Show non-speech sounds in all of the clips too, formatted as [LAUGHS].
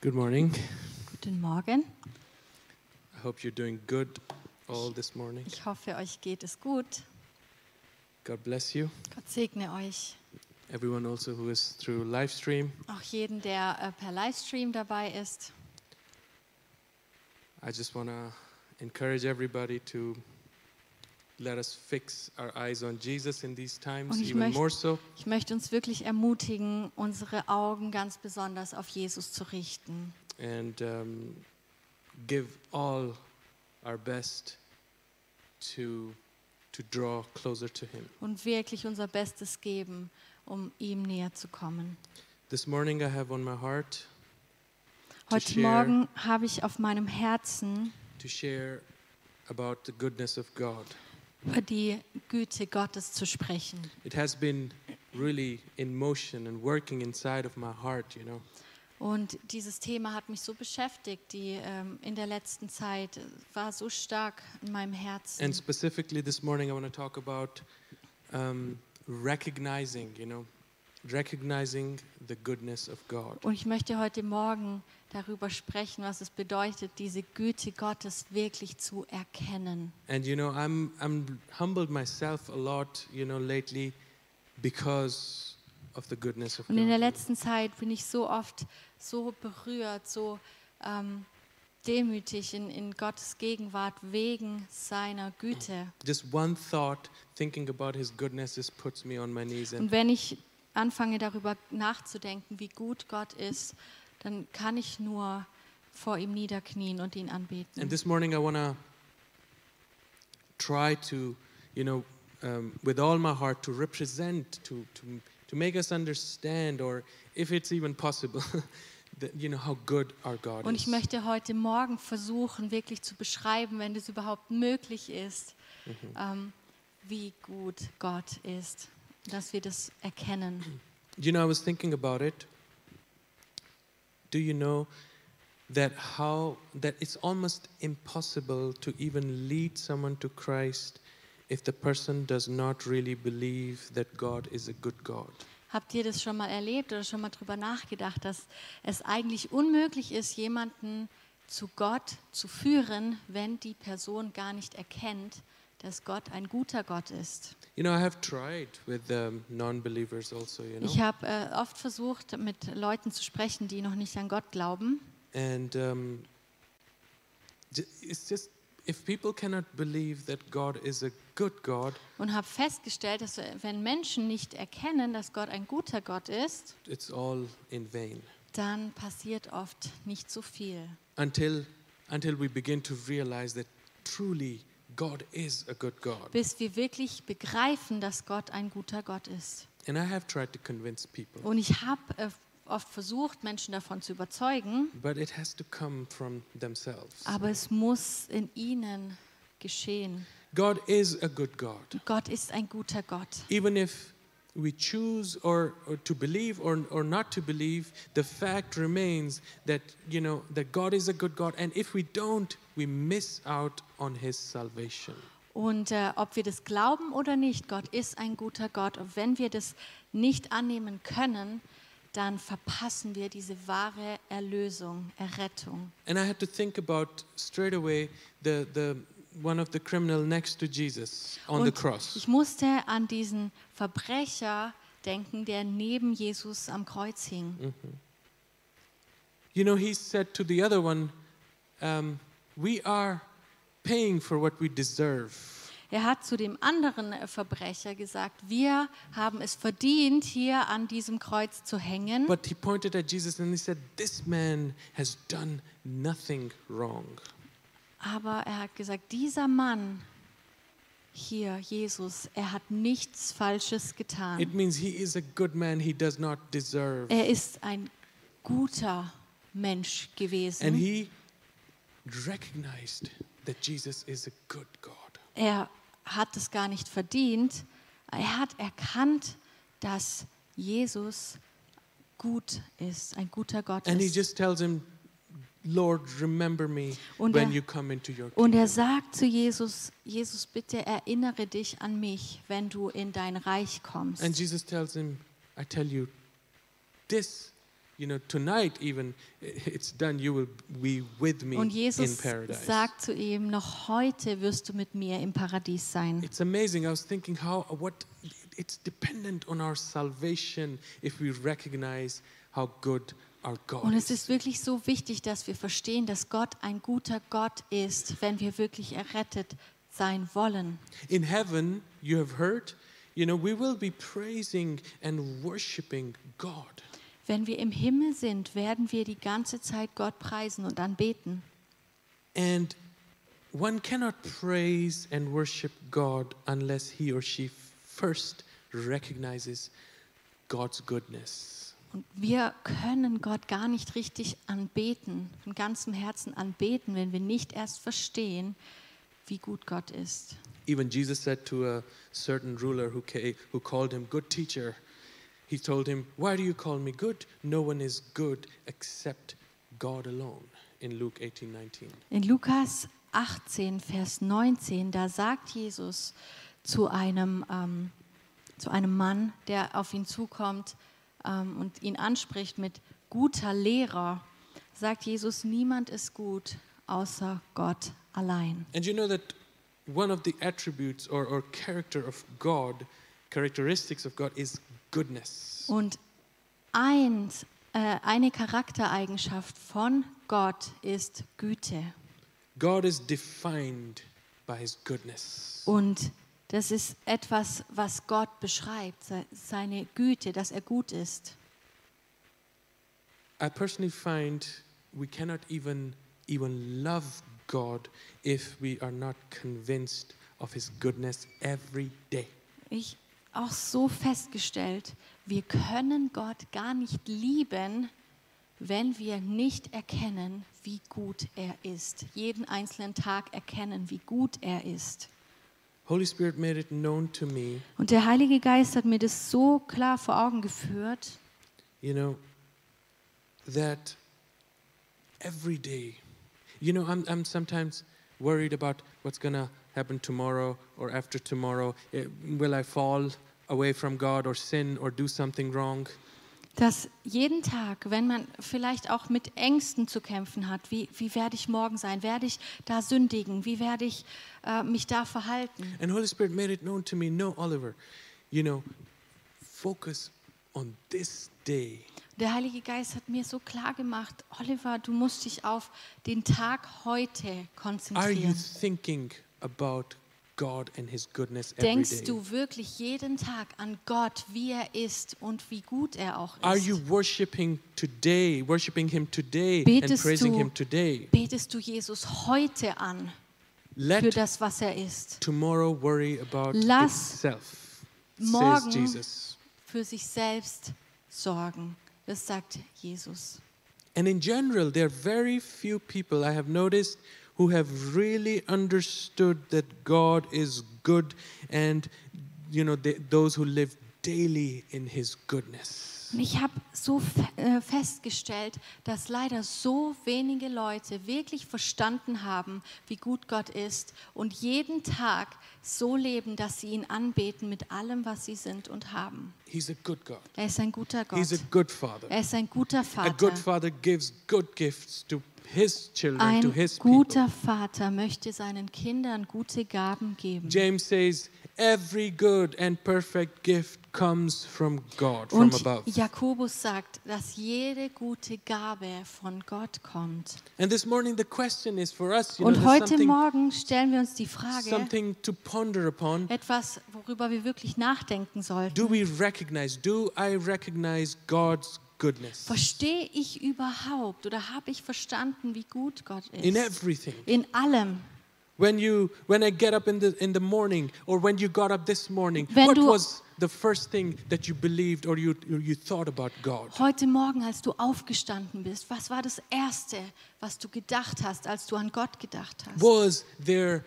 Good morning. Guten Morgen. I hope you're doing good all this morning. Ich hoffe, euch geht es gut. God bless you. Gott segne euch. Everyone also who is through live stream. Auch jeden, der äh, per Livestream dabei ist. I just want to encourage everybody to let us fix our eyes on Jesus in these times Und ich even möchte- more so. Ich möchte uns wirklich ermutigen, unsere Augen ganz besonders auf Jesus zu richten and um, give all our best to to draw closer to him. und wirklich unser Bestes geben, um ihm näher zu kommen. This morning I have on my heart To Heute share. Morgen habe ich auf meinem Herzen to share about the goodness of God. über die Güte Gottes zu sprechen. It has been really in motion and working inside of my heart, you know. Und dieses Thema hat mich so beschäftigt, die ähm, in der letzten Zeit äh, war so stark in meinem Herzen. And specifically this morning I want to talk about um, recognizing, you know, recognizing the goodness of God. Und ich möchte heute Morgen darüber sprechen, was es bedeutet, diese Güte Gottes wirklich zu erkennen. And you know, I'm I'm humbled myself a lot, you know, lately because of the goodness of Und in der God. letzten Zeit bin ich so oft so berührt, so ähm, demütig in, in Gottes Gegenwart wegen seiner Güte. Just one thought thinking about his goodness just puts me on my knees Und and wenn ich anfange darüber nachzudenken, wie gut Gott ist, dann kann ich nur vor ihm niederknien und ihn anbeten. and this morning I want to try to, you know, um, with all my heart to represent to to to make us understand or if it's even possible [LAUGHS] that you know how good our God Und is. ich möchte heute Morgen versuchen, wirklich zu beschreiben, wenn das überhaupt möglich ist, ähm, wie gut Gott ist, dass wir das erkennen. You know, I was thinking about it. Do you know that how that it's almost impossible to even lead someone to Christ if the person does not really believe that God is a good God? Habt ihr das schon mal erlebt oder schon mal drüber nachgedacht, dass es eigentlich unmöglich ist, jemanden zu Gott zu führen, wenn die Person gar nicht erkennt, dass Gott ein guter Gott ist? You know, I have tried with um, non-believers also, you Ich know, habe äh, oft versucht, mit Leuten zu sprechen, die noch nicht an Gott glauben. and um, j- it's just if people cannot believe that God is a good God, und habe festgestellt, dass wenn Menschen nicht erkennen, dass Gott ein guter Gott ist, it's all in vain. dann passiert oft nicht so viel. until until we begin to realize that truly God is a good God. Bis wir wirklich begreifen, dass Gott ein guter Gott ist. And I have tried to convince people, Und ich habe äh, oft versucht, Menschen davon zu überzeugen, but it has to come from themselves. aber es muss in ihnen geschehen. God is a good God. Gott ist ein guter Gott. Even if we choose or, or to believe or, or not to believe, the fact remains that you know that God is a good God, and if we don't, we miss out on his salvation. Und äh, ob wir das glauben oder nicht, Gott ist ein guter Gott. Und wenn wir das nicht annehmen können, dann verpassen wir diese wahre Erlösung, Errettung. And I had to think about straight away the, the one of the criminal next to Jesus on the Und cross. ich musste an diesen Verbrecher denken, der neben Jesus am Kreuz hing. Mhm. You know, he said to the other one, um, We are paying for what we deserve. Er hat zu dem anderen äh, Verbrecher gesagt, wir haben es verdient, hier an diesem Kreuz zu hängen. But he pointed at Jesus and he said, This man has done nothing wrong. Aber er hat gesagt, dieser Mann hier, Jesus, er hat nichts Falsches It getan. means he is a good man, he does not deserve. Er ist ein guter Mensch And gewesen. he recognized that Jesus is a good God. Er hat es gar nicht verdient. Er hat erkannt, dass Jesus gut ist, ein guter Gott And he ist. just tells him, Lord, remember me Und when er- you come into your Und kingdom. er sagt zu Jesus, Jesus, bitte erinnere dich an mich, wenn du in dein Reich kommst. And Jesus tells him, I tell you, this you know, tonight even it's done. You will be with me Und in Jesus paradise. sagt zu ihm, noch heute wirst du mit mir im Paradies sein. It's amazing. I was thinking how what it's dependent on our salvation if we recognize how good our God Und es is. ist wirklich so wichtig, dass wir verstehen, dass Gott ein guter Gott ist, wenn wir wirklich errettet sein wollen. In heaven, you have heard, you know, we will be praising and worshiping God. Wenn wir im Himmel sind, werden wir die ganze Zeit Gott preisen und anbeten. And one cannot praise and worship God unless he or she first recognizes God's goodness. Und wir können Gott gar nicht richtig anbeten, von ganzem Herzen anbeten, wenn wir nicht erst verstehen, wie gut Gott ist. Even Jesus said to a certain ruler who, ca- who called him good teacher, he told him, Why do you call me good? No one is good except God alone. In Luke 18 19. In Lukas 18, Vers 19, da sagt Jesus zu einem, ähm, zu einem Mann, der auf ihn zukommt ähm, und ihn anspricht mit guter Lehrer, sagt Jesus, niemand ist gut außer Gott allein. And you know that one of the attributes or, or character of God, characteristics of God, is goodness. Und eins, äh, eine Charaktereigenschaft von Gott ist Güte. God is defined by his goodness. Und das ist etwas, was Gott beschreibt, se- seine Güte, dass er gut ist. I personally find we cannot even even love God if we are not convinced of his goodness every day. ich auch so festgestellt, wir können Gott gar nicht lieben, wenn wir nicht erkennen, wie gut er ist. Jeden einzelnen Tag erkennen, wie gut er ist. Holy Spirit made it known to me, Und der Heilige Geist hat mir das so klar vor Augen geführt, you know, that every day, you know, I'm, I'm sometimes worried about what's going to happen tomorrow or after tomorrow. Eh, Will I fall away from God or sin or do something wrong? dass jeden Tag, wenn man vielleicht auch mit Ängsten zu kämpfen hat, wie, wie werde ich morgen sein, werde ich da sündigen, wie werde ich äh, mich da verhalten, And Holy Spirit made it known to me, no, Oliver, you know, focus on this day. Der Heilige Geist hat mir so klar gemacht, Oliver, du musst dich auf den Tag heute Are you konzentrieren. thinking about God and His goodness every Denkst day? du wirklich jeden Tag an Gott, wie er ist und wie gut er auch Are you ist? worshiping today, worshiping Him today and Betest praising du- Him today? Betest du Jesus heute an für Let das, was er ist? tomorrow worry about Lass itself, morgen- says Jesus. Für sich selbst sorgen. Das sagt Jesus. And in general, there are very few people I have noticed who have really understood that God is good and, you know, th those who live daily in His goodness. Und ich habe so fe- äh, festgestellt, dass leider so wenige Leute wirklich verstanden haben, wie gut Gott ist und jeden Tag so leben, dass sie ihn anbeten mit allem, was sie sind und haben. He's a good God. Er ist ein guter He's Gott. a good Father. Er ist ein guter A good Vater. Father gives good gifts to His children, to Ein His people. guter Vater möchte seinen Kindern gute Gaben geben. James says, every good and perfect gift comes from God, from Und above. Jakobus sagt, dass jede gute Gabe von Gott kommt. And this morning, the question is for us, you know, Und there's heute something, Morgen stellen wir uns die Frage, something to ponder upon. etwas, worüber wir wirklich nachdenken sollten. Do we recognize, do I recognize God's goodness Verstehe ich überhaupt oder habe ich verstanden, wie gut Gott in ist? everything? In allem. When you when I get up in the in the morning or when you got up this morning, Wenn what du- was the first thing that you believed or you you you thought about God? Heute Morgen, als du aufgestanden bist, was war das Erste, was du gedacht hast, als du an Gott gedacht hast? Was there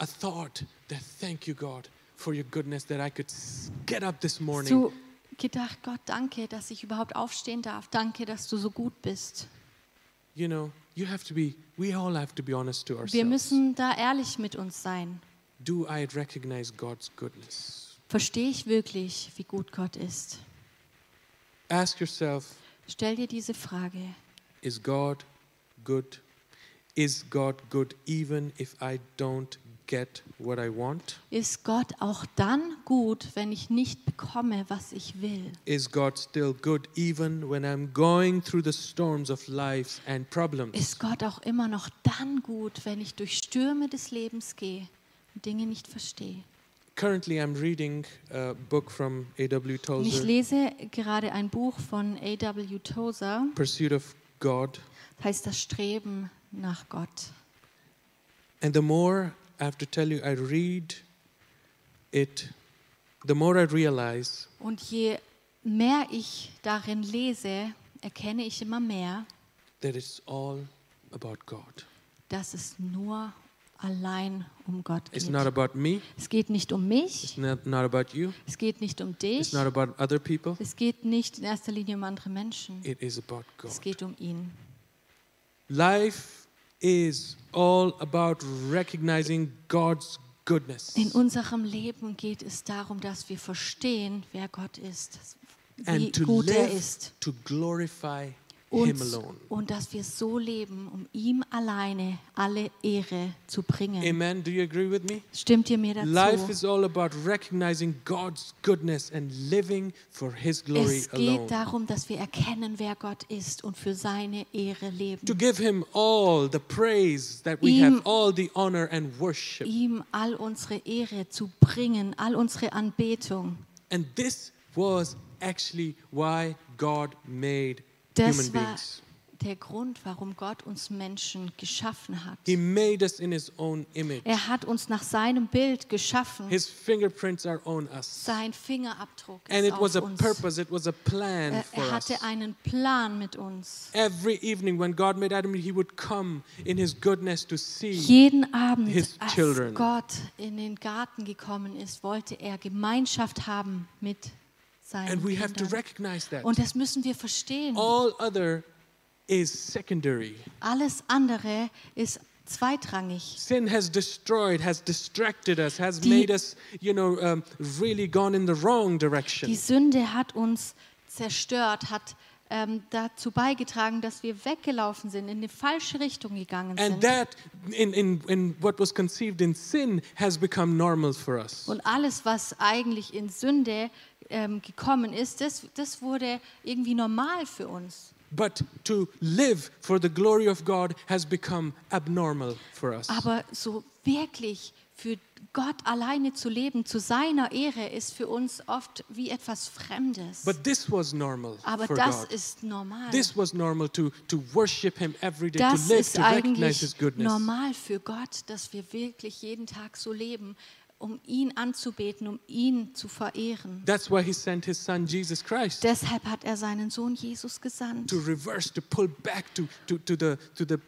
a thought that thank you God for your goodness that I could s- get up this Hast morning? du gedacht, Gott, danke, dass ich überhaupt aufstehen darf. Danke, dass du so gut bist. you know, you have to be we all have to be honest to Wir ourselves. müssen da ehrlich mit uns sein. Do I recognize God's goodness? Verstehe ich wirklich, wie gut Gott ist? Ask yourself, Stell dir diese Frage. Is God good? Is God good even if I don't get what I want? Ist Gott auch dann gut, wenn ich nicht bekomme, was ich will? Is God still good even when I'm going through the storms of life and problems? Ist Gott auch immer noch dann gut, wenn ich durch Stürme des Lebens gehe und Dinge nicht verstehe? Currently, I'm reading a book from A.W. Und ich Tozer, lese gerade ein Buch von A.W. Tozer, Pursuit of God. das heißt Das Streben nach Gott. And the more I have to tell you, I read it, the more I realize Und je mehr ich darin lese, erkenne ich immer mehr, that it's all about God. dass es nur allein um Gott It's geht. not about me, Es geht nicht um it's mich, not, not about you, es geht nicht um it's dich, not about other people, es geht nicht in erster Linie um andere Menschen, it is about God. es geht um ihn. Life is all about recognizing God's goodness In unserem Leben geht es darum, dass wir verstehen, wer Gott ist, wie and to gut er live ist to glorify Him und, alone. und dass wir so leben, um ihm alleine alle Ehre zu bringen. Amen. Do you agree with me? Stimmt ihr mir Life dazu? is all about recognizing God's goodness and living for His glory Es alone. geht darum, dass wir erkennen, wer Gott ist und für seine Ehre To leben. give Him all the praise that we have, Ihm- all the honor and worship. Ihm all unsere Ehre zu bringen, all unsere Anbetung. And this was actually why God made human Das war beings. der Grund, warum Gott uns Menschen geschaffen hat. He made us in His own image. Er hat uns nach seinem Bild geschaffen. His fingerprints are on us. Sein Fingerabdruck And it ist was auf a uns. purpose, it was a plan Er, for er us. hatte einen Plan mit uns. Every evening when God made Adam, he would come in his goodness to see. Jeden Abend, His als children. Gott in den Garten gekommen ist, wollte er Gemeinschaft haben mit seinen And uh, we have to Kindern. recognize that. Und das müssen wir verstehen. All other is secondary. Alles andere ist zweitrangig. Sin has destroyed, has distracted us, has Die- made us, you know, um, really gone in the wrong direction. Die Sünde hat uns zerstört, hat ähm, dazu beigetragen, dass wir weggelaufen sind, in die falsche Richtung gegangen And sind. that, in, in, in what was conceived in sin, has become normal for us. Und alles, was eigentlich in Sünde ähm, gekommen ist, das, das wurde irgendwie normal für uns. But to live for the glory of God has become abnormal for us. Aber so wirklich für Gott alleine zu leben, zu seiner Ehre, ist für uns oft wie etwas Fremdes. But this was normal Aber for das God. ist normal. This was normal to, to worship Him every day, Das to live, ist to recognize His eigentlich goodness. normal für Gott, dass wir wirklich jeden Tag so leben, um ihn anzubeten, um ihn zu verehren. That's why He sent His Son Jesus Christ Deshalb hat er seinen Sohn Jesus gesandt, to reverse, to pull back to, to, to the, to the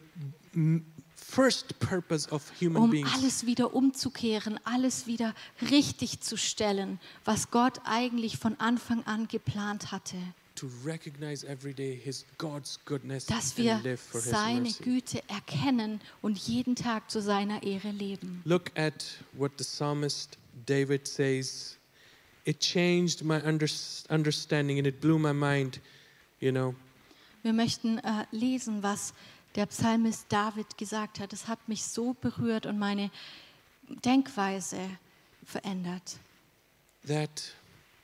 mm, first purpose of human um beings. alles wieder umzukehren, alles wieder richtig zu stellen, was Gott eigentlich von Anfang an geplant hatte, To recognize every day His God's goodness dass wir and live for His seine mercy. Güte erkennen und jeden Tag zu seiner Ehre leben. Look at what the psalmist David says. It changed my under- understanding and it blew my mind, you know. Wir möchten äh, lesen, was der Psalmist David gesagt hat. Es hat mich so berührt und meine Denkweise verändert. that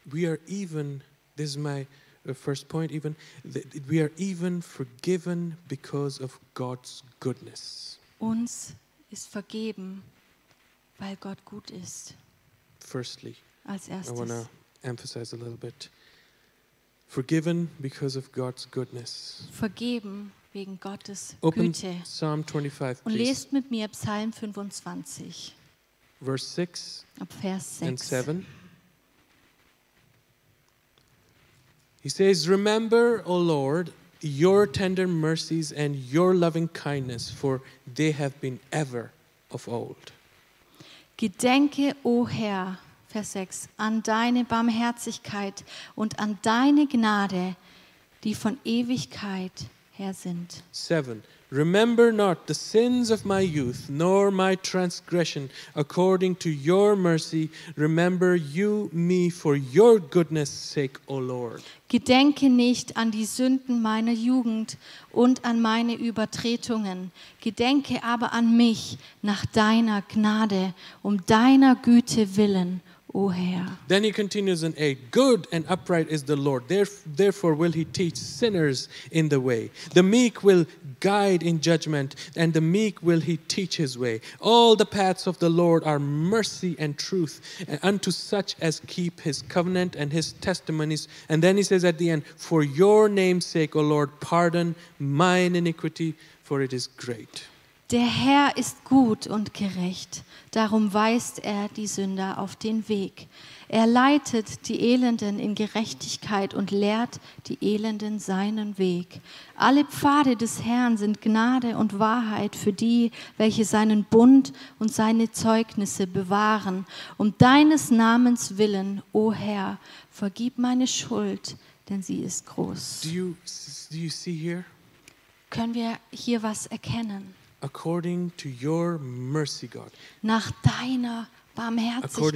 we are even this is my uh, first point even that we are even forgiven because of god's goodness Uns ist vergeben, weil Gott gut ist. firstly Als i want to erstes emphasize a little bit forgiven because of god's goodness vergeben wegen Gottes open Güte. psalm 25 Und please lest mit mir Psalm 25 verse 6 ab Vers and 6. 7. He says, Remember, O Lord, your tender mercies and your loving kindness, for they have been ever of old. Gedenke, o Herr, Vers 6, an deine Barmherzigkeit und an deine Gnade, die von Ewigkeit Herr sind. 7. Remember not the sins of my youth, nor my transgression. According to your mercy, remember you me for your goodness' sake, O Lord. Gedenke nicht an die Sünden meiner Jugend und an meine Übertretungen. Gedenke aber an mich nach deiner Gnade, um deiner Güte willen, o Herr. Then he continues in 8 Good and upright is the Lord. Theref- Therefore will he teach sinners in the way. The meek will guide in judgment, and the meek will he teach his way. All the paths of the Lord are mercy and truth and unto such as keep his covenant and his testimonies. And then he says at the end, For your name's sake, O Lord, pardon mine iniquity, for it is great. Der Herr ist gut und gerecht, darum weist er die Sünder auf den Weg. Er leitet die Elenden in Gerechtigkeit und lehrt die Elenden seinen Weg. Alle Pfade des Herrn sind Gnade und Wahrheit für die, welche seinen Bund und seine Zeugnisse bewahren. Um deines Namens willen, o Herr, vergib meine Schuld, denn sie ist groß. Do you, do you see here? Können wir hier was erkennen? According to your mercy, God. nach deiner according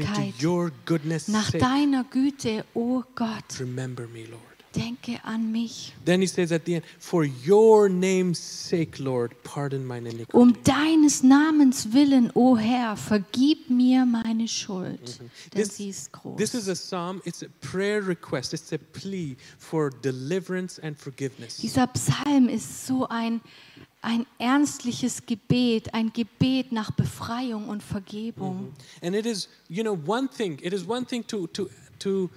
to Barmherzigkeit, your goodness nach sake, deiner Güte, o Gott, remember me, Lord. denke an mich. Then he says at the end, for your name's sake, Lord, pardon mine iniquity. Um deines Namens willen, o Herr, vergib mir meine Schuld, denn Mhm. This- sie ist groß. This is a psalm, it's a prayer request, it's a plea for deliverance and forgiveness. Dieser Psalm ist so ein, ein ernstliches Gebet, ein Gebet nach Befreiung und Vergebung. And it is, you know, one thing, it is one thing to, to, to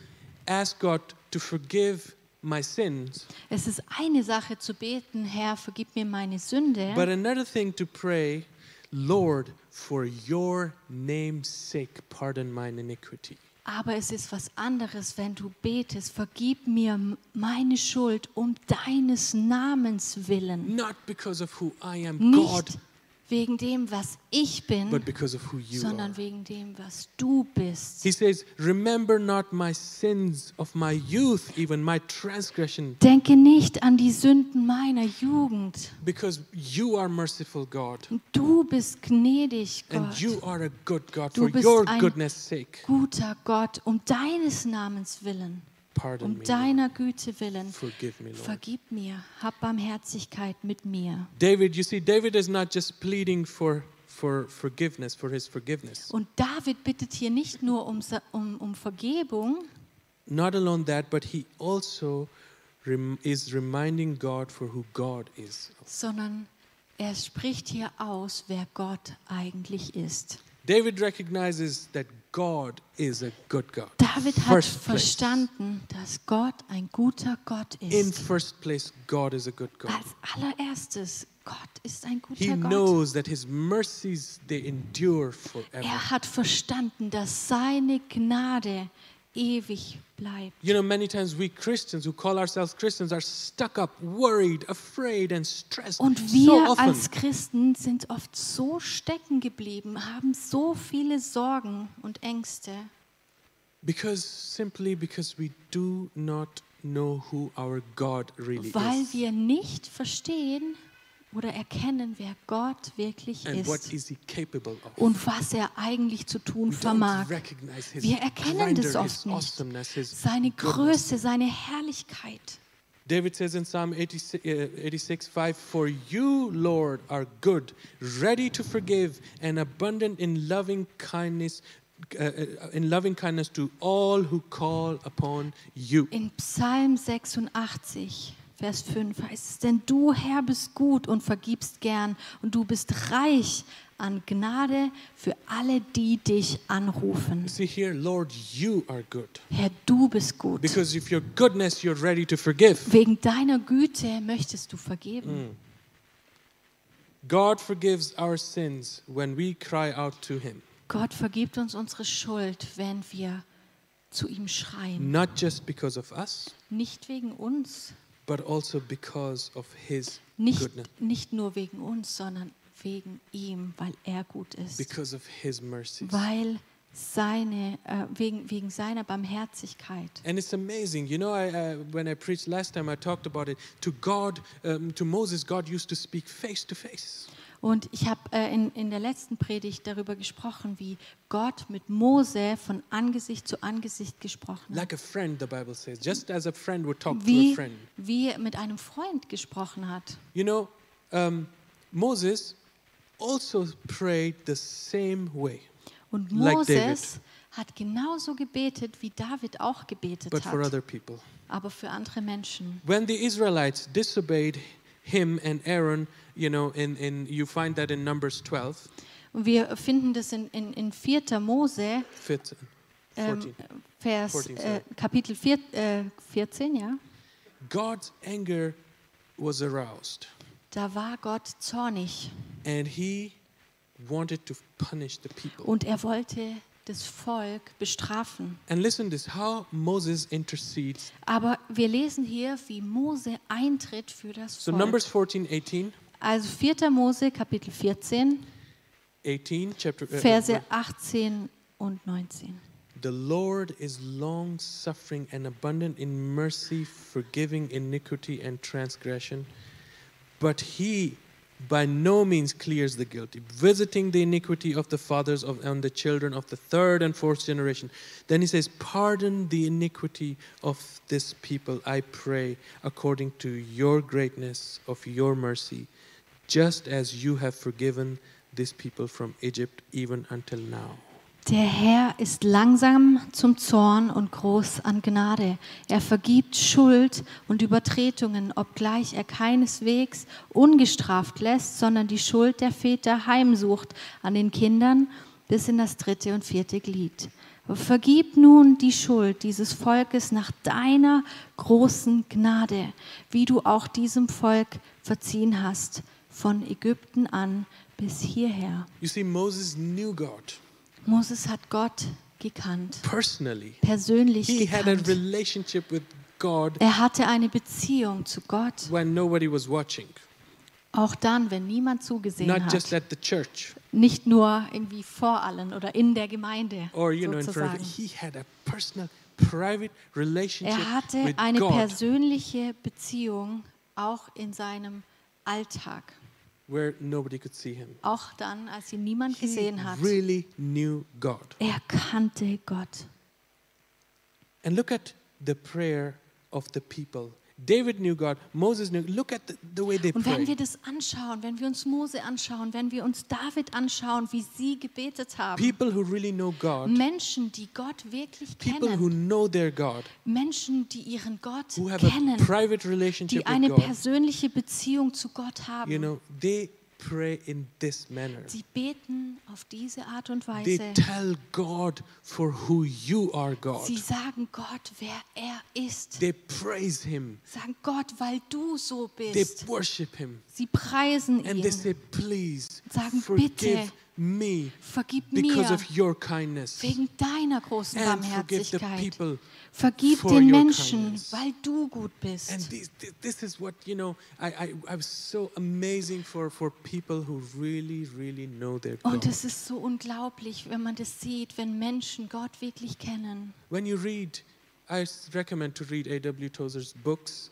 ask God to forgive my sins, Es ist eine Sache zu beten, Herr, vergib mir meine Sünde. but another thing to pray, Lord, for your name's sake, pardon mine iniquity. Aber es ist was anderes, wenn du betest, vergib mir m- meine Schuld um deines Namens willen. not because of who I am, God, Nicht wegen dem, was ich bin, but because of who you are. sondern wegen dem, was du bist. He says, Remember not my sins of my youth, even my transgression, Denke nicht an die Sünden meiner Jugend. because you are merciful, God, Du bist gnädig, and you Gott, are a good God. Du For bist your ein- goodness' sake, guter Gott, um deines Namens willen, pardon um me. Lord. deiner Güte willen. Forgive me, Lord. Vergib mir, hab Barmherzigkeit mit mir. David, you see, David is not just pleading for, for forgiveness, for his forgiveness. Und David bittet hier nicht nur um, Sa- um, um Vergebung, Not alone that, but he also rem- is reminding God for who God is. sondern er spricht hier aus, wer Gott eigentlich ist. David recognizes that God is a good God. David hat First place. verstanden, dass Gott ein guter Gott In ist. first place, God is a good God. Als allererstes, Gott ist ein He guter Gott. knows that his mercies they endure forever. Er hat verstanden, dass seine Gnade ewig bleibt. You know, many times we Christians who call ourselves Christians are stuck up, worried, afraid, and stressed. Und so wir often, als Christen sind oft so stecken geblieben, haben so viele Sorgen und Ängste. because simply because we do not know who our God really Weil is wir nicht verstehen oder erkennen, wer Gott wirklich and what ist is He capable of. und was er eigentlich zu tun we don't vermag. recognize His Wir erkennen das grandeur, oft His nicht. awesomeness, His Seine goodness. Größe, seine Herrlichkeit. David says in Psalm 86, uh, 86 5, For you, Lord, are good, ready to forgive, and abundant in loving kindness. Uh, uh, in loving kindness to all who call upon you. In Psalm 86, Vers 5 heißt es, denn du Herr bist gut und vergibst gern und du bist reich an Gnade für alle, die dich anrufen. See here, Lord, you are good. Herr, du bist gut. Because of your goodness, you're ready to forgive. Wegen deiner Güte möchtest du vergeben. God forgives our sins when we cry out to Him, Gott vergibt uns unsere Schuld, wenn wir zu ihm schreien. not just because of us, Nicht wegen uns, but also because of His nicht, goodness, nicht nur wegen uns, sondern wegen ihm, weil er gut ist, because of His mercies. weil seine, äh, wegen, wegen seiner Barmherzigkeit. And it's amazing, you know. I, I, when I preached last time, I talked about it. To God, um, to Moses, God used to speak face to face. Und ich habe äh, in, in der letzten Predigt darüber gesprochen, wie Gott mit Mose von Angesicht zu Angesicht gesprochen hat. Like a friend, the Bible says, just as a friend would talk to a Wie, friend. wie er mit einem Freund gesprochen hat. You know, um, Moses also prayed the same way, Und Like Moses hat genauso gebetet, wie David auch gebetet but for hat, other people. aber für andere Menschen. When the Israelites disobeyed him and Aaron, you know, in, in you find that in Numbers 12, Und wir finden das in, in, in 4. Mose, 14, ähm, 14. Vers, 14, äh, sorry. Kapitel 4, äh, 14, ja. God's anger was aroused, Da war Gott zornig and he wanted to punish the people. und er wollte das Volk bestrafen. And listen this how Moses intercedes. Aber wir lesen hier, wie Mose eintritt für das So Volk. Numbers 14, 18, Also 4. Mose, Kapitel 14, 18 chapter uh, Verse 18 und 19. The Lord is long suffering and abundant in mercy, forgiving iniquity and transgression. But he by no means clears the guilty, visiting the iniquity of the fathers of, on the children of the third and fourth generation. Then he says, Pardon the iniquity of this people, I pray, according to your greatness of your mercy, just as you have forgiven this people from Egypt even until now. Der Herr ist langsam zum Zorn und groß an Gnade. Er vergibt Schuld und Übertretungen, obgleich er keineswegs ungestraft lässt, sondern die Schuld der Väter heimsucht an den Kindern bis in das dritte und vierte Glied. Vergib nun die Schuld dieses Volkes nach deiner großen Gnade, wie du auch diesem Volk verziehen hast, von Ägypten an bis hierher. You see, Moses knew God. Moses hat Gott gekannt, personally. persönlich He had a gekannt. relationship with God Er hatte eine Beziehung zu Gott, when nobody was watching, auch dann, wenn niemand zugesehen not just hat. at the church Nicht nur irgendwie vor allen oder in der Gemeinde or you know in front. sozusagen. Of, he had a personal, private relationship Er hatte with eine God persönliche Beziehung auch in seinem Alltag, where nobody could see him. auch dann, als ihn niemand He gesehen hat. really knew God. Er kannte Gott. And look at the prayer of the people. David knew God. Moses knew. Look at the, the way they Und wenn wir prayed. das anschauen, wenn wir uns Mose anschauen, wenn wir uns David anschauen, wie sie gebetet haben, People who really know God, Menschen, die Gott wirklich people who kennen, know their God, Menschen, die ihren Gott who have a kennen, private relationship die eine with God, persönliche Beziehung zu Gott You haben, know, they pray in this manner. sie beten auf diese Art und They Weise. tell God for who you are, God. Sie sagen Gott, wer er ist. They praise Him. Sagen Gott, weil du so They bist. worship Him. Sie preisen And they ihn. say, please Sagen, forgive "Bitte me Vergib because mir of your kindness. wegen deiner großen And forgive the Barmherzigkeit. people Vergib for den your Menschen, kindness." weil du gut And bist. this, this- this is what, you know, I, I, I was so amazing for, for people who really, really know their Und God. es ist so unglaublich, wenn man das sieht, wenn Menschen Gott wirklich kennen. When you read, I s- recommend to read A.W. Tozer's books,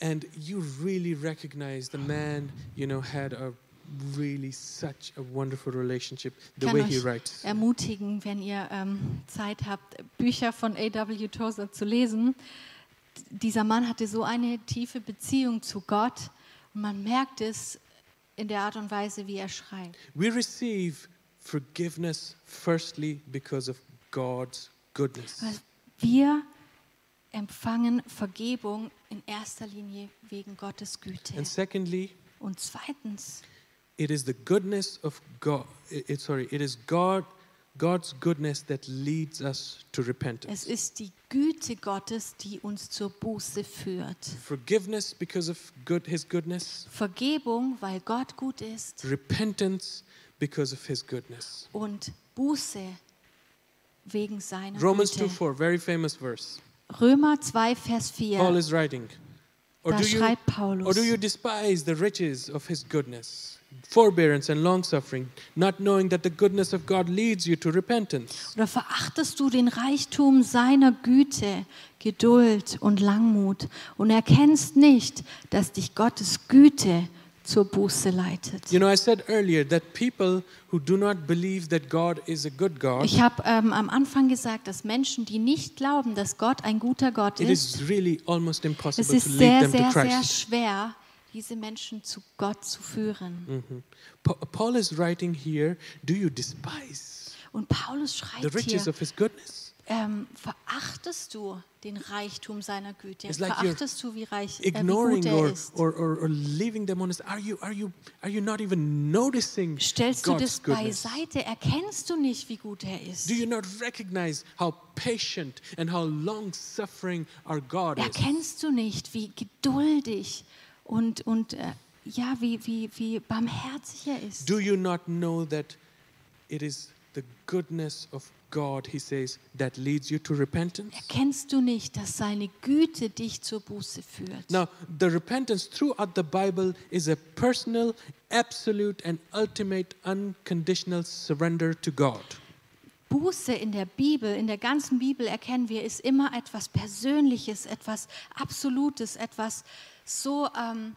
and you really recognize the man, you know, had a really such a wonderful relationship, the kann way euch he writes. ermutigen, wenn ihr ähm, Zeit habt, Bücher von A.W. Tozer zu lesen. D- Dieser Mann hatte so eine tiefe Beziehung zu Gott und man merkt es in der Art und Weise, wie er schreibt. We receive forgiveness firstly because of God's goodness. Also Wir empfangen Vergebung in erster Linie wegen Gottes Güte. And secondly, Und zweitens it is the goodness of God, i- it, sorry, it is God, God's goodness that leads us to repentance. Es ist die Güte Gottes, die uns zur Buße führt. Forgiveness because of good, his goodness. Vergebung, weil Gott gut ist, repentance because of his goodness. und Buße wegen seiner Romans 2 Güte. 4, very famous verse. Römer 2, Vers 4. Paul is writing, Or Da do, you, schreibt or Paulus, do you despise the riches of his goodness, forbearance, and long suffering, not knowing that the goodness of God leads you to repentance? oder verachtest du den Reichtum seiner Güte, Geduld und Langmut und erkennst nicht, dass dich Gottes Güte zur Buße leitet? You know, I said earlier that people who do not believe that God is a good God, Ich habe ähm, am Anfang gesagt, dass Menschen, die nicht glauben, dass Gott ein guter Gott it ist, is really almost es impossible ist to lead sehr, them to sehr, sehr Christ. schwer, diese Menschen zu Gott zu Mm. führen. Mm-hmm. Pa- Paul is writing here, do you despise Und Paulus the schreibt riches hier, of his goodness? ähm, verachtest du den Reichtum seiner Güte? It's like you're verachtest du, wie reich äh, wie gut ignoring er or, ist? or, or, or leaving them on his are you are you are you not even noticing Stellst du God's das goodness? beiseite? Erkennst du nicht, wie gut er ist? Do you not recognize how patient and how long suffering our God is? Erkennst du nicht, wie geduldig und, und äh, ja, wie, wie, wie barmherzig er ist? Do you not know that it is the goodness of God, he says, that leads you to repentance? Erkennst du nicht, dass seine Güte dich zur Buße führt? Now, the repentance throughout the Bible is a personal, absolute, and ultimate unconditional surrender to God. Buße in der Bibel, in der ganzen Bibel erkennen wir, ist immer etwas Persönliches, etwas Absolutes, etwas so ähm,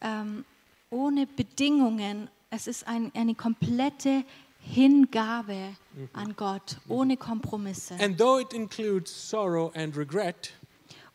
ähm, ohne Bedingungen. Es ist ein, eine komplette Hingabe an Gott, ohne Kompromisse. And though it includes sorrow and regret,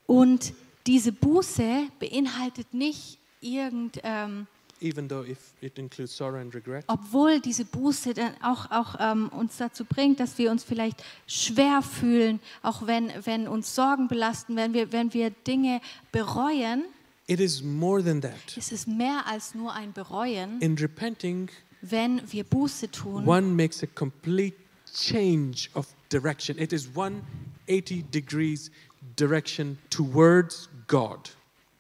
Und diese Buße beinhaltet nicht irgend... Ähm, even though if it includes sorrow and regret, obwohl diese Buße dann auch, auch ähm, uns dazu bringt, dass wir uns vielleicht schwer fühlen, auch wenn, wenn uns Sorgen belasten, wenn wir, wenn wir Dinge bereuen, it is more than that. ist es mehr als nur ein Bereuen. In repenting, Wenn wir Buße tun, one makes a complete change of direction. It is 180 degrees direction towards God.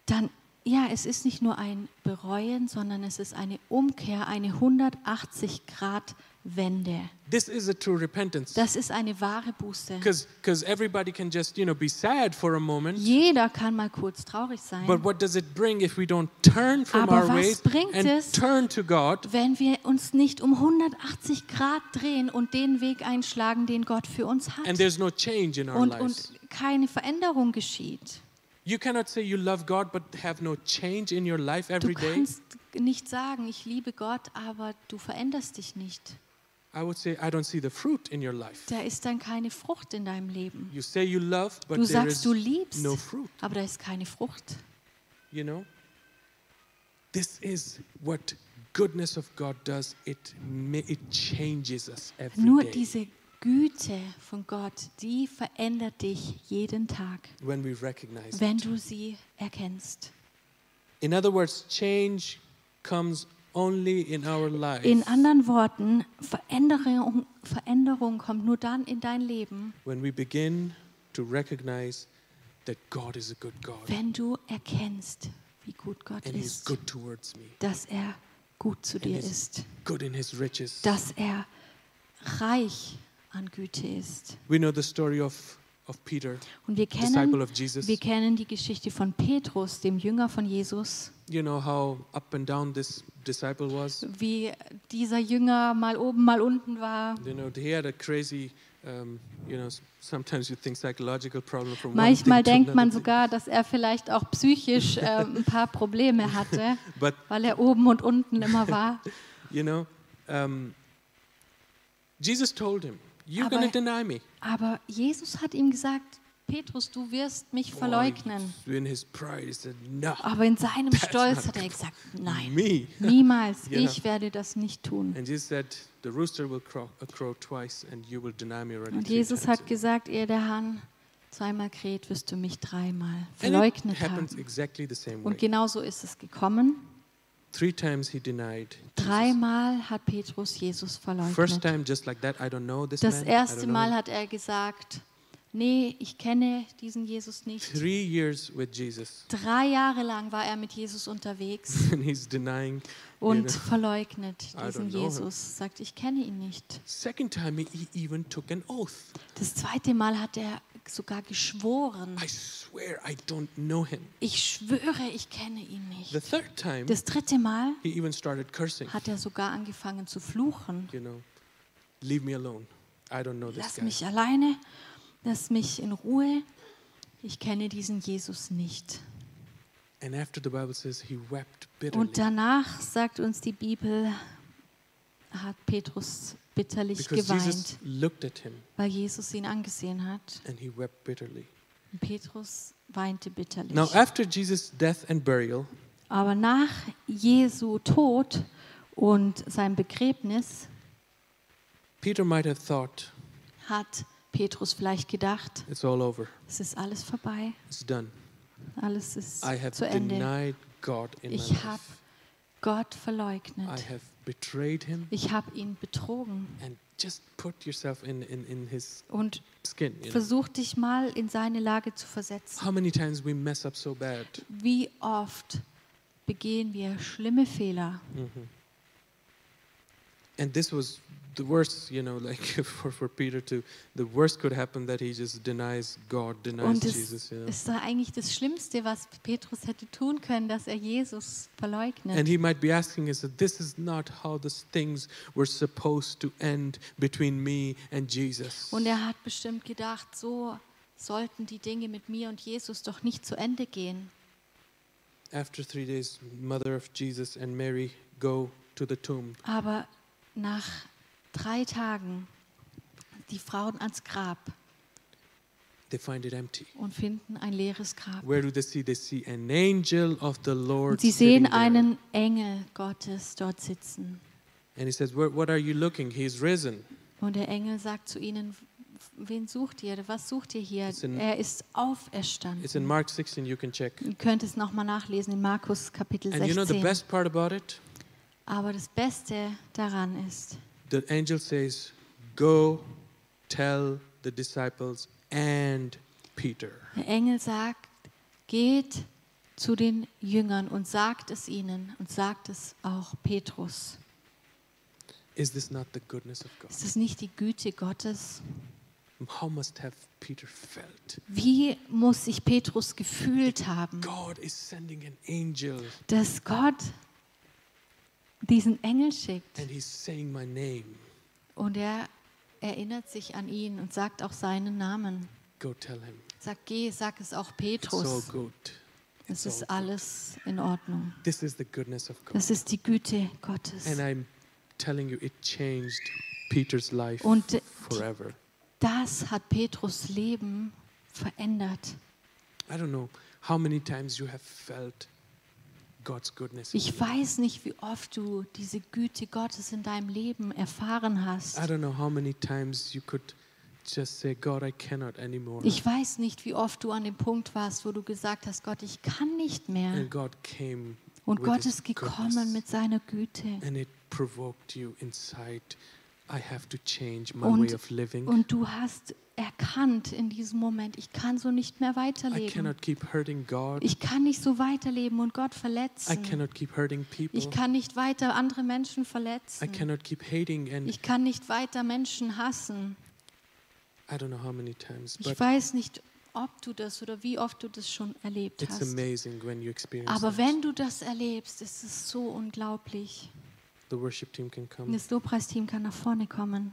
dann, ja, es ist nicht nur ein Bereuen, sondern es ist eine Umkehr, eine 180-Grad-Wende. This is a true repentance. Das ist eine wahre Buße. Because everybody can just, you know, be sad for a moment. Jeder kann mal kurz traurig sein. But what does it bring if we don't turn from Aber our was ways bringt and es? turn to God? wenn wir uns nicht um 180 Grad drehen und den Weg einschlagen, den Gott für uns hat And there's no change in our und, lives. und keine Veränderung geschieht. You cannot say you love God but have no change in your life Du every day. kannst nicht sagen, ich liebe Gott, aber du veränderst dich nicht. I would say I don't see the fruit in your life. Da ist dann keine Frucht in deinem Leben. You say you love but Du there sagst, is du liebst, no fruit, aber da ist keine Frucht. you know? This is what goodness of God does. It ma- it changes us every Nur day. diese Güte von Gott, die verändert dich jeden Tag, when we recognize wenn it. du sie erkennst. In other words, change comes only in our life In anderen Worten, Veränderung, Veränderung kommt nur dann in dein Leben, when we begin to recognize that God is a good God wenn du erkennst, wie gut Gott and He's ist, good towards me, dass er gut zu dir He's- ist, good in His riches. dass er reich an Güte ist. We know the story of, of Peter, Und wir disciple kennen, of Jesus. wir kennen die Geschichte von Petrus, dem Jünger von Jesus, You know how up and down this disciple was. wie dieser Jünger mal oben, mal unten war. You know, he had a crazy, um, you know, s- sometimes you think psychological problem from one Manchmal thing to denkt man another thing. sogar, dass er vielleicht auch psychisch äh, ein paar Probleme [LAUGHS] hatte. But weil er oben und unten immer war. you know, um, Jesus told him, "You're Aber- gonna deny me." Aber Jesus hat ihm gesagt, Petrus, du wirst mich verleugnen. Oh, in his pride, he said, "No, Aber in [LAUGHS] seinem That's Stolz not hat er gesagt, [LAUGHS] nein, me." niemals, Genau. ich werde das nicht tun. And Jesus said, "The rooster will crow, uh, crow twice, and you will deny me already." Und three Jesus times." hat gesagt, ehe der Hahn zweimal kräht, wirst du mich dreimal And it verleugnet happens haben. exactly the same way. Und genau so ist es gekommen. Three times he denied. Jesus. Dreimal hat Petrus Jesus First verleugnet. time, just like that, I don't know this Das man. I erste don't know Mal him." hat er gesagt, nee, ich kenne diesen Jesus nicht. Three years with Jesus, [LAUGHS] Drei Jahre lang war er mit Jesus unterwegs. and he's denying. you und know. verleugnet I don't diesen know him. Jesus, sagt, ich kenne ihn nicht. Second time, he he even took an oath. Das zweite Mal hat er sogar geschworen, I swear I don't know him. ich schwöre, ich kenne ihn The nicht. third time, Das dritte Mal he even started cursing. hat er sogar angefangen zu fluchen. You know, leave me alone. I don't know this Lass guy. mich alleine, lass mich in Ruhe. Ich kenne diesen Jesus nicht. And after the Bible says he wept bitterly Und danach sagt uns die Bibel, hat Petrus bitterlich because Jesus er geweint, looked at him weil Jesus ihn angesehen hat. and he wept bitterly. Und Petrus weinte bitterlich. Now, after Jesus' death and burial, Aber nach Jesu Tod und seinem Begräbnis Peter might have thought hat Petrus vielleicht gedacht, it's all over, es ist alles vorbei, it's done. alles ist I have zu Ende. denied God in Ich my hab- life. Gott I verleugnet. have betrayed him Ich habe ihn betrogen. and just put yourself in, in, in his Und skin. You know? versuch dich mal in seine Lage zu versetzen. How many times we mess up so bad? Wie oft begehen wir schlimme Fehler? Mm-hmm. And this was the worst, you know, like [LAUGHS] for, for Peter to, the worst could happen that he just denies God, denies Und Jesus, es you know. ist da eigentlich das Schlimmste, was Petrus hätte tun können, dass er Jesus And verleugnet. he might be asking us that this is not how these things were supposed to end between me and Jesus. Und er hat bestimmt gedacht, so sollten die Dinge mit mir und Jesus doch nicht zu Ende gehen. After three days, mother of Jesus and Mary go to the tomb. Aber nach drei Tagen die Frauen ans Grab They find it empty. und finden ein leeres Grab. Where do they see? They see an angel of the Lord. Und sie sitting sehen there. einen Engel Gottes dort sitzen. And he says, "Where- What are you looking? He is risen. Und der Engel sagt zu ihnen, wen sucht ihr? Was sucht ihr hier? It's in- er ist auferstanden. It's in Mark 16, you can check. Ihr könnt es nochmal nachlesen in Markus Kapitel And you know the 16. best part about it? Aber das Beste daran ist, The angel says, Go tell the disciples and Peter. der Engel sagt, geht zu den Jüngern und sagt es ihnen und sagt es auch Petrus. Is this not the goodness of God? Ist das nicht die Güte Gottes? How must have Peter felt? Wie muss sich Petrus gefühlt haben, God is sending an angel dass Gott diesen Engel schickt? and he's saying my name. Und er erinnert sich an ihn und sagt auch seinen Namen. Go tell him. Sagt, geh, sag es auch It's all Petrus. good. Es all ist good. alles in Ordnung. This is the goodness of God. Das ist die Güte Gottes. And I'm telling you, it changed Peter's life Und die- forever. Das hat Petrus Leben verändert. I don't know how many times you have felt God's goodness. in Ich you. weiß nicht, wie oft du diese Güte Gottes in deinem Leben erfahren hast. I don't know how many times you could just say, God, I cannot anymore. Ich weiß nicht, wie oft du an dem Punkt warst, wo du gesagt hast, Gott, ich kann nicht mehr. And God came. Und with Gott his ist gekommen goodness, mit seiner Güte. and it provoked you inside. I have to change my way Und, of living. und du hast erkannt in diesem Moment, ich kann so nicht mehr I weiterleben. cannot keep hurting God. Ich kann nicht so weiterleben und Gott I verletzen. cannot keep hurting people. Ich kann nicht weiter andere Menschen I verletzen. cannot keep hating and Ich kann nicht weiter Menschen hassen. I don't know how many times, Ich but weiß nicht, ob du das oder wie oft du das schon erlebt it's hast. amazing when you experience Aber that. wenn du das erlebst, ist es so unglaublich. the worship team can Und come. Das Lobpreisteam kann nach vorne kommen.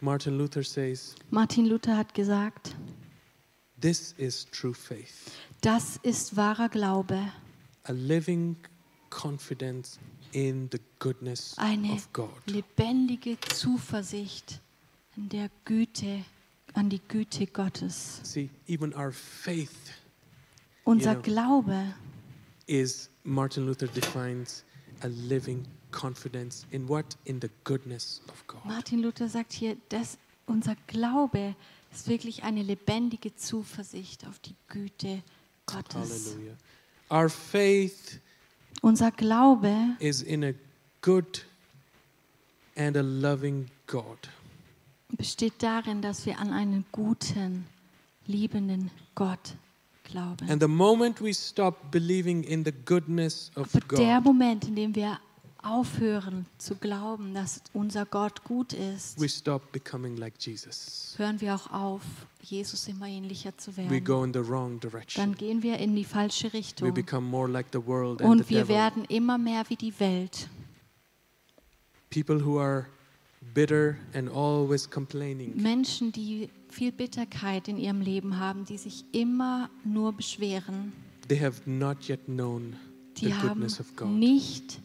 Martin Luther says, Martin Luther hat gesagt, This is true faith, das ist wahrer Glaube, a living confidence in the goodness eine of God. lebendige Zuversicht an der Güte, an die Güte Gottes. See, even our faith Unser know. Glaube is, Martin Luther defines, a living confidence in what? In the goodness of God. Martin Luther sagt hier, dass unser Glaube ist wirklich eine lebendige Zuversicht auf die Güte Gottes. Hallelujah. Our faith Unser Glaube is in a good and a loving God. besteht darin, dass wir an einen guten, liebenden Gott glauben. And the moment we stop believing in the goodness of Aber der God, Moment, in dem wir aufhören zu glauben, dass unser Gott gut ist, we stop becoming like Jesus. hören wir auch auf, Jesus immer ähnlicher zu We werden. go in the wrong Dann direction. gehen wir in die falsche We Richtung become more like the world and the und wir devil. werden immer mehr wie die Welt. People who are bitter and always complaining. Menschen, die viel Bitterkeit in ihrem Leben haben, die sich immer nur beschweren, They have not yet known the die haben goodness of God. nicht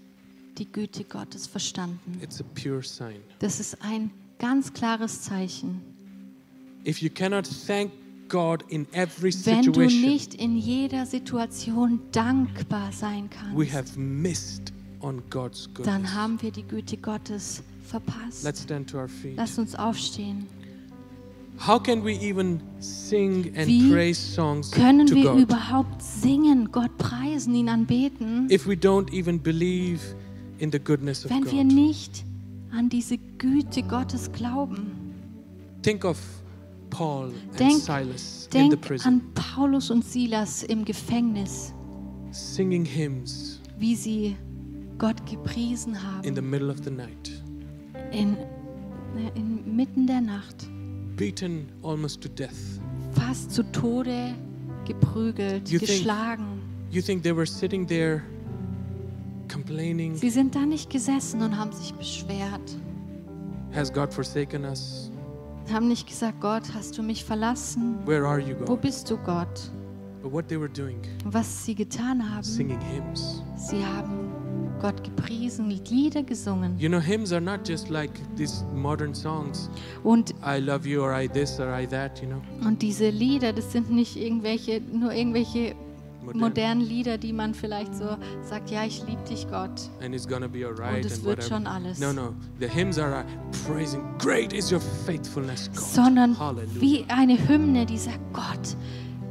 die Güte Gottes verstanden. It's a pure sign. Das ist ein ganz klares Zeichen. If you cannot thank God in every Wenn du situation, nicht in jeder Situation dankbar sein we kannst, have missed on God's goodness. dann haben wir die Güte Gottes verpasst. Let's stand to our feet. Lass uns aufstehen. How can we even sing and Wie praise songs Können to wir God überhaupt singen, Gott preisen, ihn anbeten, if we don't even believe in the goodness of wenn wir God? nicht an diese Güte Gottes glauben? Think of Paul and Denk- Silas in the Denk prison an Paulus und Silas im Gefängnis, singing hymns wie sie Gott gepriesen in the haben, middle of the night, in, ne, inmitten der Nacht, beaten almost to death. fast zu Tode geprügelt, You think- geschlagen. You think they were sitting there complaining, Sie sind da nicht gesessen und haben sich beschwert, Has God forsaken us? haben nicht gesagt, Gott, hast du mich verlassen? Where are you, Wo God? bist du, Gott? But what they were doing, Und Was sie getan haben, singing hymns. sie haben Gott gepriesen, Lieder gesungen. You know, hymns are not just like these modern songs. Und I love you or I this or I that, you know. Und diese Lieder, das sind nicht irgendwelche, nur irgendwelche Modern. modernen Lieder, die man vielleicht so sagt, ja, ich liebe dich, Gott. And it's gonna be alright es and wird whatever. schon alles. No, no. The hymns are uh, praising. Great is your faithfulness, God. Sondern Hallelujah. wie eine Hymne, die sagt, Gott,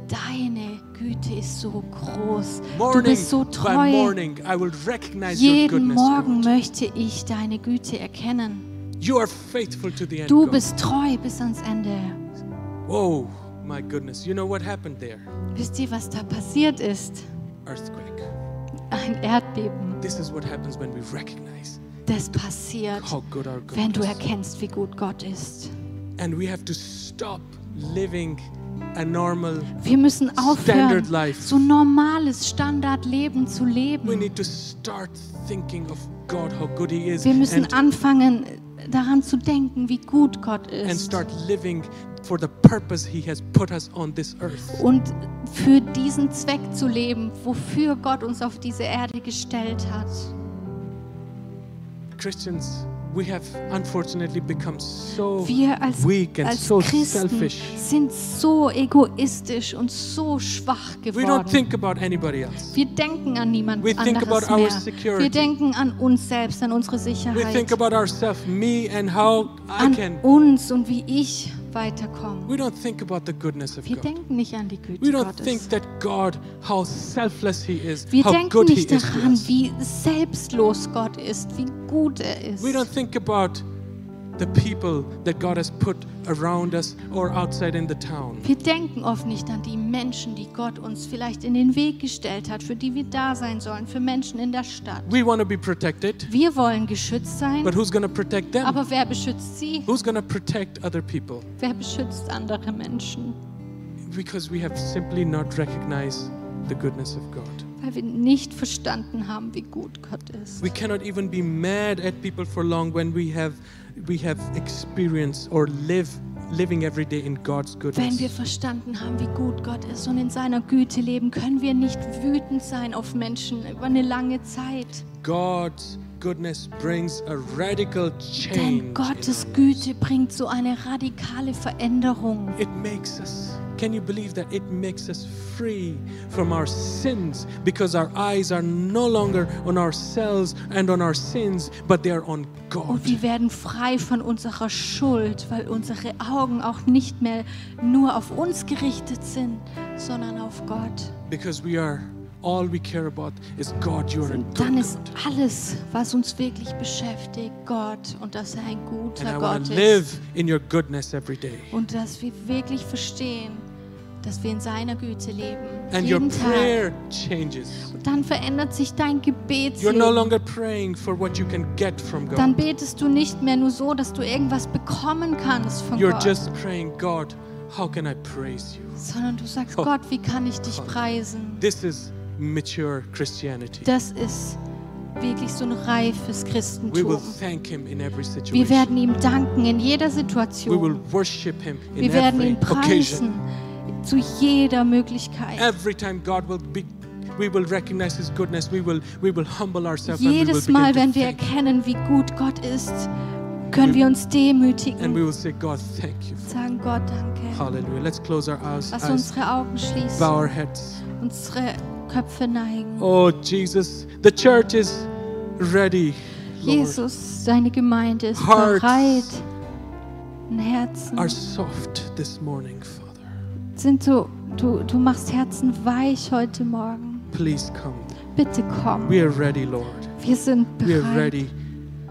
deine Güte ist so groß. Du morning bist so by treu. morning, I will recognize your Jeden goodness, Morgen God. möchte ich deine Güte erkennen. You are faithful to the end. Du God. bist treu bis ans Ende. Whoa, my goodness. You know what happened there? Wisst ihr, was da passiert ist? Earthquake. Ein Erdbeben. This is what happens when we recognize Das passiert, how good our God wenn du is. erkennst, wie gut Gott ist. And we have to stop living a normal. Wir müssen aufhören, Standard life. so normales Standardleben zu We leben. need to start thinking of God, how good He is, Wir müssen and anfangen, daran zu denken, wie gut Gott and ist. start living for the purpose He has put us on this earth. Und für diesen Zweck zu leben, wofür Gott uns auf diese Erde gestellt hat. Christians, we have unfortunately become so Wir als, weak and als so Christen selfish. sind so egoistisch und so schwach We don't geworden. think about anybody else. Wir denken an niemand We think anderes about our mehr. security. Wir denken an uns selbst, an unsere We think Sicherheit, about ourselves, me, and how I an can. uns und wie ich weiterkomme. We don't think about the goodness of Wir God. denken nicht an die Güte We don't Gottes. think that God, how selfless He is, wir how denken good He nicht is to daran, us. wie selbstlos Gott ist, wie gut er ist. We don't think about the people that God has put around us or outside in the town. Wir denken oft nicht an die Menschen, die Gott uns vielleicht in den Weg gestellt hat, für die wir da sein sollen, für Menschen in der Stadt. We want to be protected, Wir wollen geschützt sein, but who's going to protect them? aber wer beschützt sie? Who's going to protect other people? Wer beschützt andere Menschen? Because we have simply not recognized the goodness of God. Weil wir nicht verstanden haben, wie gut Gott ist. We cannot even be mad at people for long when we have we have experience or live living every day in God's Wenn wir goodness. verstanden haben, wie gut Gott ist und in seiner Güte leben, können wir nicht wütend sein auf Menschen über eine lange Zeit. God's goodness brings a radical change. Denn in our Gottes lives. Güte bringt so eine radikale Veränderung. It makes us, can you believe that? It makes us free from our sins because our eyes are no longer on ourselves and on our sins, but they are on God. Und wir werden frei von unserer Schuld, weil unsere Augen auch nicht mehr nur auf uns gerichtet sind, sondern auf Gott. Because we are, all we care about is God, you are a Und good dann ist God. alles, was uns wirklich beschäftigt, Gott und dass er ein And I want guter Gott to ist. live in your goodness every day. Und dass wir wirklich verstehen, dass wir in seiner Güte leben. and your jeden Tag. prayer changes. Dann verändert sich dein You're no Gebetsleben. longer praying for what you can get from Dann God. betest du nicht mehr nur so, dass du irgendwas bekommen kannst von You're Gott, just praying, God, how can I praise you? sondern du sagst, Oh. Gott, wie kann ich dich preisen? This is mature Christianity. Das ist wirklich so ein reifes We will Christentum. thank Him in every Wir werden situation. ihm danken in jeder We will Situation. worship Him Wir in werden every ihn occasion. preisen zu jeder Möglichkeit. Every time God will be, we will recognize His goodness. We will, we will humble ourselves and we will Jedes Mal, begin wenn to wir thank. Him. erkennen, wie gut Gott ist, können wir uns demütigen And we will say, God, thank you. und sagen, Gott, danke. Hallelujah. Let's close our eyes, Lass eyes unsere Augen bow schließen, our heads. unsere Köpfe neigen. Oh, Jesus, the church is ready. Lord. Jesus, deine Gemeinde ist Hearts bereit. Ein Herzen are soft this morning, Father. sind so, du, du machst Herzen weich heute Morgen. Please come. Bitte komm. We are ready, Lord. Wir sind We are bereit. ready.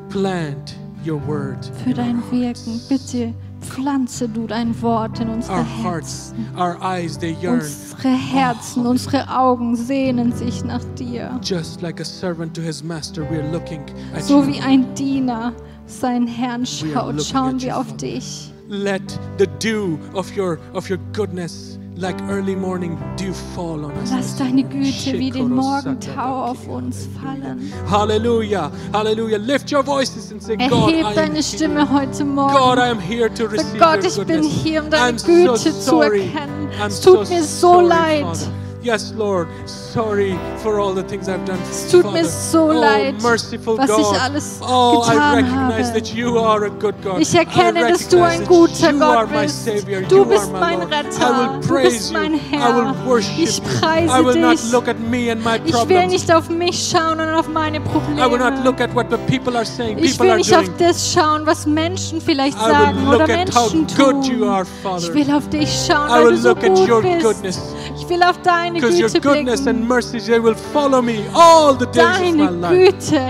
Plant your word. für in our dein Wirken. hearts. Bitte pflanze du dein Wort in unsere Our hearts, Herzen. our eyes, they yearn. Unsere Herzen, Oh. unsere Augen sehnen sich nach dir. Just like a servant to his master, we are looking at So you. wie ein Diener seinen Herrn We are schaut, looking schauen at you, wir auf Father. dich. Let the dew of your of your goodness, like early morning dew, fall on us. Lass this deine morning. Güte wie den Shekorosata Morgentau auf baki. uns fallen. Hallelujah, hallelujah. Lift your voices and say, God, I Erheb am deine here. Stimme heute God, Morgen. I am here to Sag, receive Gott, your ich bin goodness. hier, um deine I'm so Güte zu sorry. erkennen. I'm Es tut so mir so sorry, leid. Father. Yes, Lord, sorry for all the things I've done. Es tut Father. mir so oh, leid, merciful was God. ich alles oh, I getan recognize habe. that you are a good God. Ich erkenne, I dass du recognize ein that guter you Gott are my bist. Savior. Du you bist are my mein Lord. Retter. I will Du praise bist you. mein I Herr. will worship Ich you. preise I will not dich. look at me and my Ich will problems. nicht auf mich schauen und auf meine Probleme. I will not look at what the people are saying. Ich people will are nicht auf doing. das schauen, was Menschen vielleicht I will sagen look oder at how Menschen good you tun. are, Father. Ich will auf dich schauen, I weil will du so look at your gut bist. goodness. Ich will auf deine Because your Güte goodness and blicken. mercies they will follow me all the days of my Deine life. Güte,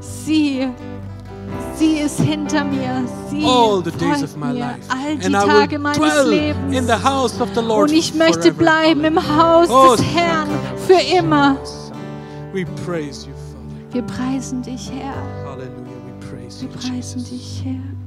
sie, sie ist hinter mir. Sie All the days of folgt my mir life. all die And I Tage will meines dwell in Lebens. the house of the Lord Und ich möchte forever. bleiben im Haus Oh, des Herrn Shakara, für immer. Shakara. We praise you, Father. Wir preisen dich, Herr. Hallelujah. We praise Wir you, preisen Jesus. dich, Herr.